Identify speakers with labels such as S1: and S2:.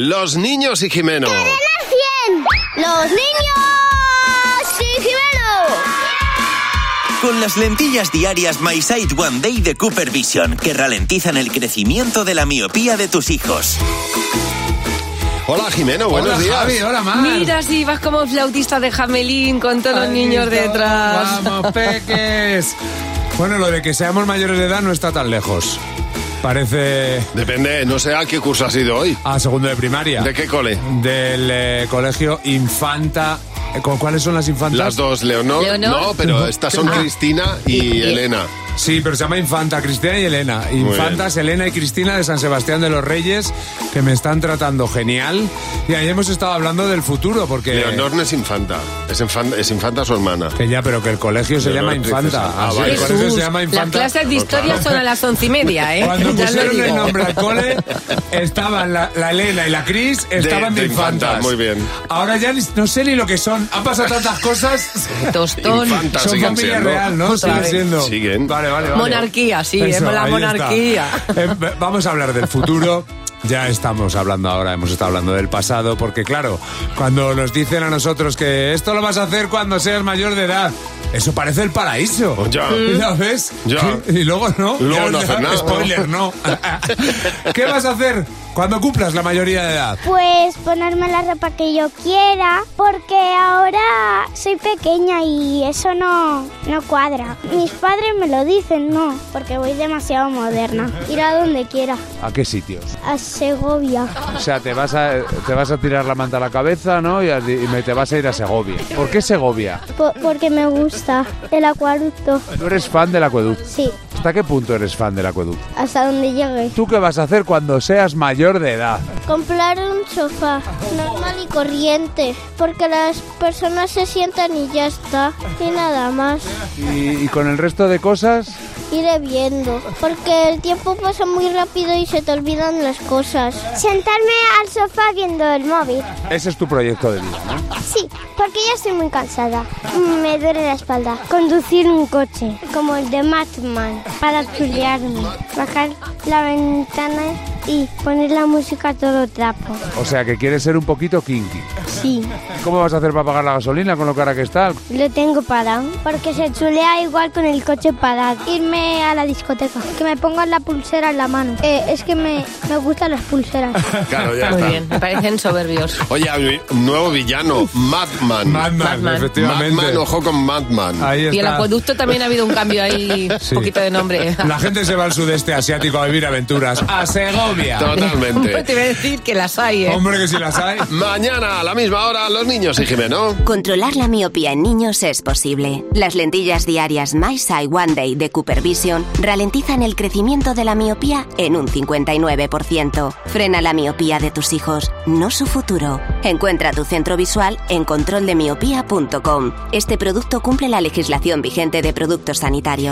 S1: Los niños y Jimeno.
S2: ¡Los niños! ¡Sí,
S3: Con las lentillas diarias My Sight One Day de Cooper Vision, que ralentizan el crecimiento de la miopía de tus hijos.
S1: Hola Jimeno, buenos
S4: hola,
S1: días.
S4: Javi, hola, Mar.
S5: Mira si vas como flautista de Jamelín con todos los niños
S4: Amiguitos,
S5: detrás.
S4: Vamos, peques. Bueno, lo de que seamos mayores de edad no está tan lejos. Parece
S1: Depende, no sé a qué curso has ido hoy.
S4: a segundo de primaria.
S1: ¿De qué cole?
S4: Del eh, colegio Infanta. Eh, ¿cu- ¿Cuáles son las infantas?
S1: Las dos, Leonor.
S5: ¿Leonor? Ah.
S1: No, pero estas son Cristina y Elena.
S4: Sí, pero se llama Infanta, Cristina y Elena. Infantas, Elena y Cristina de San Sebastián de los Reyes, que me están tratando genial. Y ahí hemos estado hablando del futuro,
S5: Eh.
S4: porque...
S1: Leonor no es infanta. Es infanta, es infanta su hermana.
S4: Que ya, pero que el colegio se
S1: Leonor
S4: llama
S1: Princesa.
S4: Infanta.
S1: Ah,
S4: Así que
S1: vale.
S4: El colegio se llama
S5: las
S4: Infanta. Pues
S5: clases de historia son a las once y media, ¿eh?
S4: Cuando
S5: ya lo
S4: pusieron el
S5: digo.
S4: nombre al cole, estaban la, la Elena y la Cris, estaban de,
S1: de
S4: infantas.
S1: infantas, muy bien.
S4: Ahora ya ni- no sé ni lo que son. Han pasado tantas cosas.
S5: Tostón.
S1: Infanta.
S4: son
S1: siguen
S4: familia
S1: siendo.
S4: real, ¿no?
S5: Otra
S4: Siguen
S5: vez.
S4: siendo.
S1: Siguen.
S4: Vale, vale, vale.
S5: Monarquía, sí,
S4: Eso,
S5: eh, la
S4: ahí está.
S5: monarquía.
S4: Eh, ve- vamos a hablar del futuro. Ya estamos hablando ahora, hemos estado hablando del pasado, porque claro, cuando nos dicen a nosotros que esto lo vas a hacer cuando seas mayor de edad, eso parece el paraíso.
S1: Pues ya.
S4: ¿Ya ves?
S1: Ya.
S4: Y luego no.
S1: Luego
S4: Ya,
S1: no hacer
S4: ya,
S1: nada, ¿no?
S4: Spoiler, no. ¿Qué vas a hacer cuando cumplas la mayoría de edad?
S2: Pues ponerme la ropa que yo quiera, porque ahora soy pequeña y eso no, no cuadra. Mis padres me lo dicen, no, porque voy demasiado moderna. Ir a donde quiera,
S4: ¿A qué sitios?
S2: a Segovia.
S4: O sea, te vas a, te vas a tirar la manta a la cabeza, ¿no? Y, te vas a ir a Segovia. ¿Por qué Segovia?
S2: po- porque me gusta el acueducto.
S4: ¿Tú eres fan del acueducto?
S2: Sí,
S4: ¿Hasta qué punto eres fan del acueducto?
S2: hasta donde llegue.
S4: ¿Tú qué vas a hacer cuando seas mayor de edad?
S2: Comprar un sofá normal y corriente, porque las personas se sientan y ya está, y nada más.
S4: Y, y con el resto de cosas,
S2: Iré viendo, porque el tiempo pasa muy rápido y se te olvidan las cosas. Sentarme al sofá viendo el móvil.
S4: ese es tu proyecto de vida. ¿no?
S2: Sí, porque ya estoy muy cansada. Me duele la espalda. Conducir un coche, como el de Matman, para chulearme. Bajar la ventana y poner la música a todo trapo.
S4: O sea, que quieres ser un poquito kinky.
S2: Sí,
S4: ¿Y ¿Cómo vas a hacer para pagar la gasolina con lo cara que está?
S2: lo tengo parado. Porque se chulea igual con el coche parado. Irme a la discoteca, que me pongan la pulsera en la mano. Eh, es que me, me gustan las pulseras.
S1: Claro, ya
S5: Muy
S1: está.
S5: bien, me parecen soberbios.
S1: Oye, hay un nuevo villano, Madman.
S5: Madman.
S1: Madman, ojo con Madman.
S4: Ahí
S5: Y el acueducto también ha habido un cambio ahí, un
S4: Sí.
S5: poquito de nombre.
S4: La gente se va al sudeste asiático a vivir aventuras. A Segovia.
S5: Hombre, te
S1: Totalmente.
S5: iba a decir que las hay, ¿eh?
S4: Hombre, que si las hay.
S1: Mañana a la misma hora, los niños y Jimeno.
S6: Controlar la miopía en niños es posible. Las lentillas diarias My Sight One Day de Cooper Vision ralentizan el crecimiento de la miopía en un 59%. Frena la miopía de tus hijos, no su futuro. Encuentra tu centro visual en controldemiopía.com. Este producto cumple la legislación vigente de productos sanitarios.